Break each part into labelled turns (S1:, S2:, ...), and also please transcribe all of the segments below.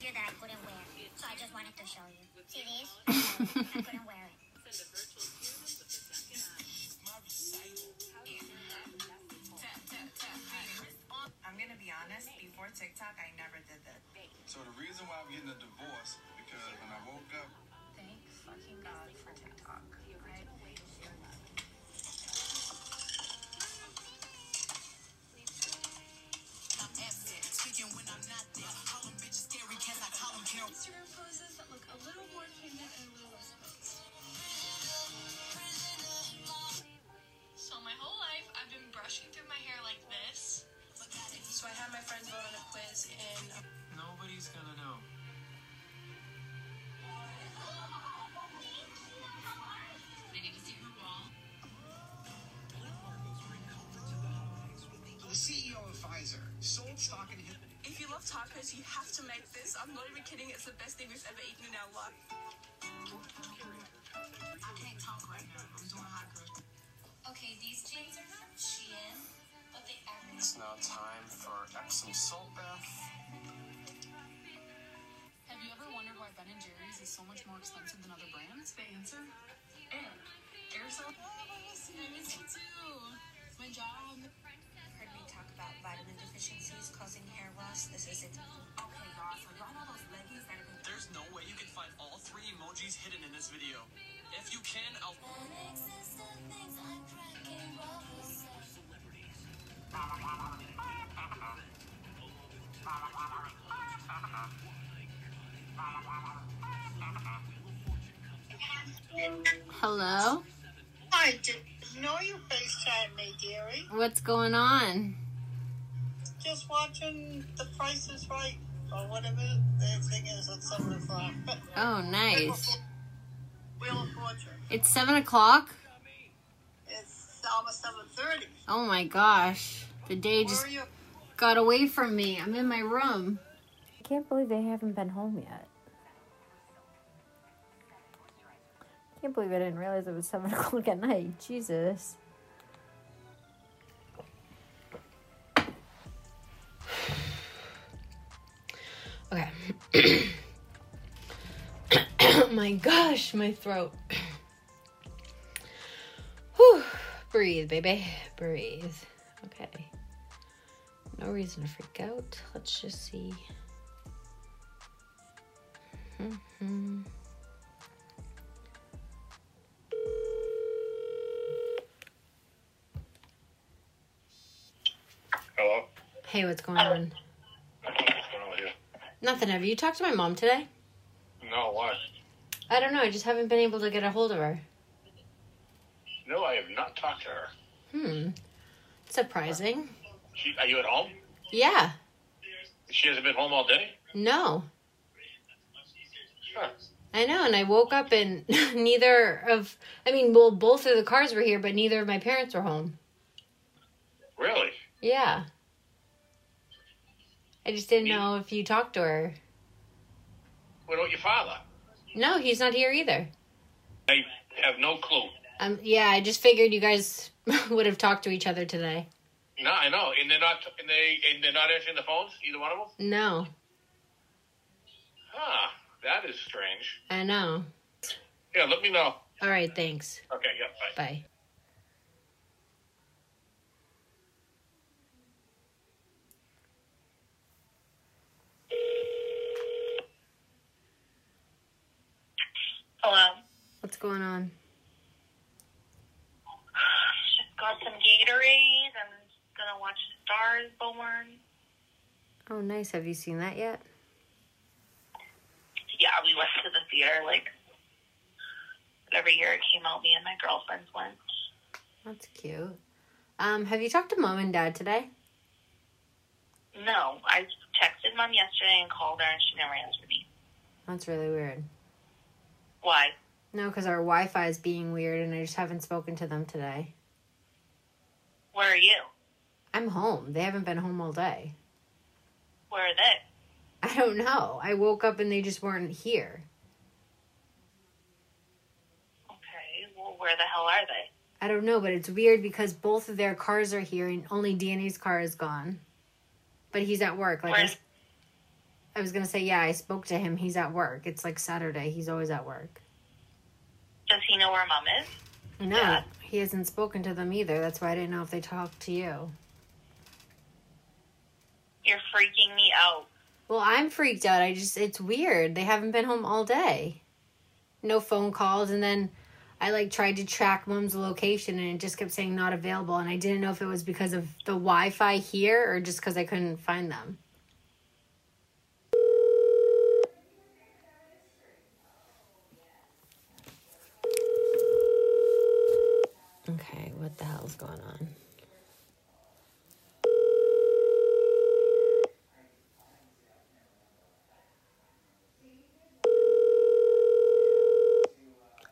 S1: gear that I couldn't wear, so I just wanted to show you. See these? I couldn't wear it.
S2: I'm gonna be honest, before TikTok, I never did this.
S3: So the reason why I'm getting a divorce because when I woke up,
S2: Thank fucking God for TikTok.
S4: Instagram poses that look a little more candid and a little less posed. So my whole life, I've been brushing through my hair like this. So I had my friends vote on a quiz, and
S5: Nobody's gonna know.
S6: The CEO of Pfizer sold stock in him.
S4: if you love tacos, you have to make this. I'm not even kidding. It's the best thing we've ever eaten in our life.
S6: I can't talk right now. I'm doing hot girl.
S1: Okay, these jeans are from Shein, but they average.
S5: It's now time for Epsom salt bath.
S7: Have you ever wondered why Ben and Jerry's is so much more expensive than other brands? The answer? Air. Aerosol. Yes, I miss you too. My job.
S2: Heard me talk about vitamin deficiencies causing hair loss. This is it. Okay, y'all, so y'all know those leggings that have been
S5: There's no way you can find all three emojis hidden in this video. If you can, I'll.
S8: Hello?
S9: I didn't know you FaceTime me, dearie.
S8: What's going on?
S9: Just watching The Price is Right or whatever the thing is at 7 o'clock.
S8: Oh, nice.
S9: Wheel of Fortune.
S8: It's 7 o'clock?
S9: It's almost 7.30.
S8: Oh my gosh. The day
S9: Where
S8: just
S9: are you?
S8: got away from me. I'm in my room.
S10: I can't believe they haven't been home yet. Can't believe I didn't realize it was seven o'clock at night. Jesus.
S8: Okay. my gosh, my throat. Whew. Breathe, baby. Breathe. Okay. No reason to freak out. Let's just see. Mhm.
S3: hello,
S8: Hey, what's going on?
S3: what's going on with you?
S8: Nothing. Have you talked to my mom today?
S3: No, why?
S8: I don't know. I just haven't been able to get a hold of her.
S3: No, I have not talked to her.
S8: Hmm. Surprising.
S3: She, are you at home?
S8: Yeah.
S3: She hasn't been home all day.
S8: No.
S3: Huh.
S8: I know, and I woke up and neither of I mean, well both of the cars were here, but neither of my parents were home.
S3: Really?
S8: Yeah. I just didn't know if you talked to her.
S3: What about your father?
S8: No, he's not here either.
S3: I have no clue.
S8: Um yeah, I just figured you guys would have talked to each other today.
S3: No, I know, and they're not, and they, and they're not answering the phones. Either one of them?
S8: No.
S3: Huh? That is strange.
S8: I know.
S3: Yeah, let me know.
S8: All right, thanks.
S3: Okay, yeah, bye.
S8: Bye.
S9: Hello.
S8: What's going on?
S9: Just got some Gatorade. I'm gonna watch Stars Born.
S8: Oh, nice. Have you seen that yet?
S9: Yeah, we went to the theater like every year it came out. Me and my girlfriends went.
S8: That's cute. Um, have you talked to mom and dad today?
S9: No, I texted mom yesterday and called her, and she never answered me.
S8: That's really weird.
S9: Why?
S8: No, because our Wi Fi is being weird and I just haven't spoken to them today.
S9: Where are you?
S8: I'm home. They haven't been home all day.
S9: Where are they?
S8: I don't know. I woke up and they just weren't here.
S9: Okay, well, where the hell are they?
S8: I don't know, but it's weird because both of their cars are here and only Danny's car is gone. But he's at work. Like I,
S9: Where-
S8: s- I was gonna say, yeah, I spoke to him. He's at work. It's like Saturday. He's always at work.
S11: Does he know where mom is?
S8: No, he hasn't spoken to them either. That's why I didn't know if they talked to you.
S11: You're freaking me out.
S8: Well, I'm freaked out. I just, it's weird. They haven't been home all day. No phone calls. And then I like tried to track mom's location and it just kept saying not available. And I didn't know if it was because of the Wi Fi here or just because I couldn't find them. Okay, what the hell's going on?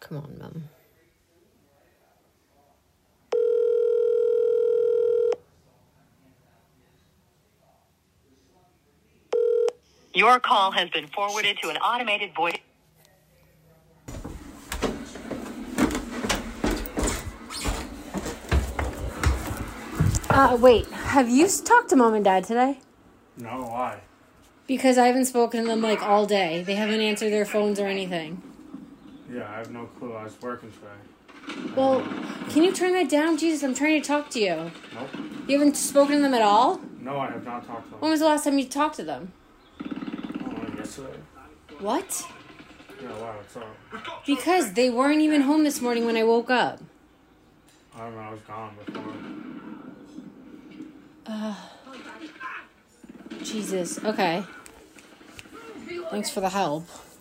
S8: Come on, Mum.
S11: Your call has been forwarded to an automated voice.
S10: Uh, wait, have you s- talked to mom and dad today?
S12: No, why?
S8: Because I haven't spoken to them like all day. They haven't answered their phones or anything.
S12: Yeah, I have no clue. I was working today.
S8: Well, can you turn that down? Jesus, I'm trying to talk to you.
S12: Nope.
S8: You haven't spoken to them at all?
S12: No, I have not talked to
S8: When
S12: them.
S8: was the last time you talked to them?
S12: Only yesterday.
S8: What?
S12: Yeah, wow, um, what's up?
S8: Because they weren't even home this morning when I woke up.
S12: I don't know. I was gone before.
S8: Uh, Jesus, okay. Thanks for the help.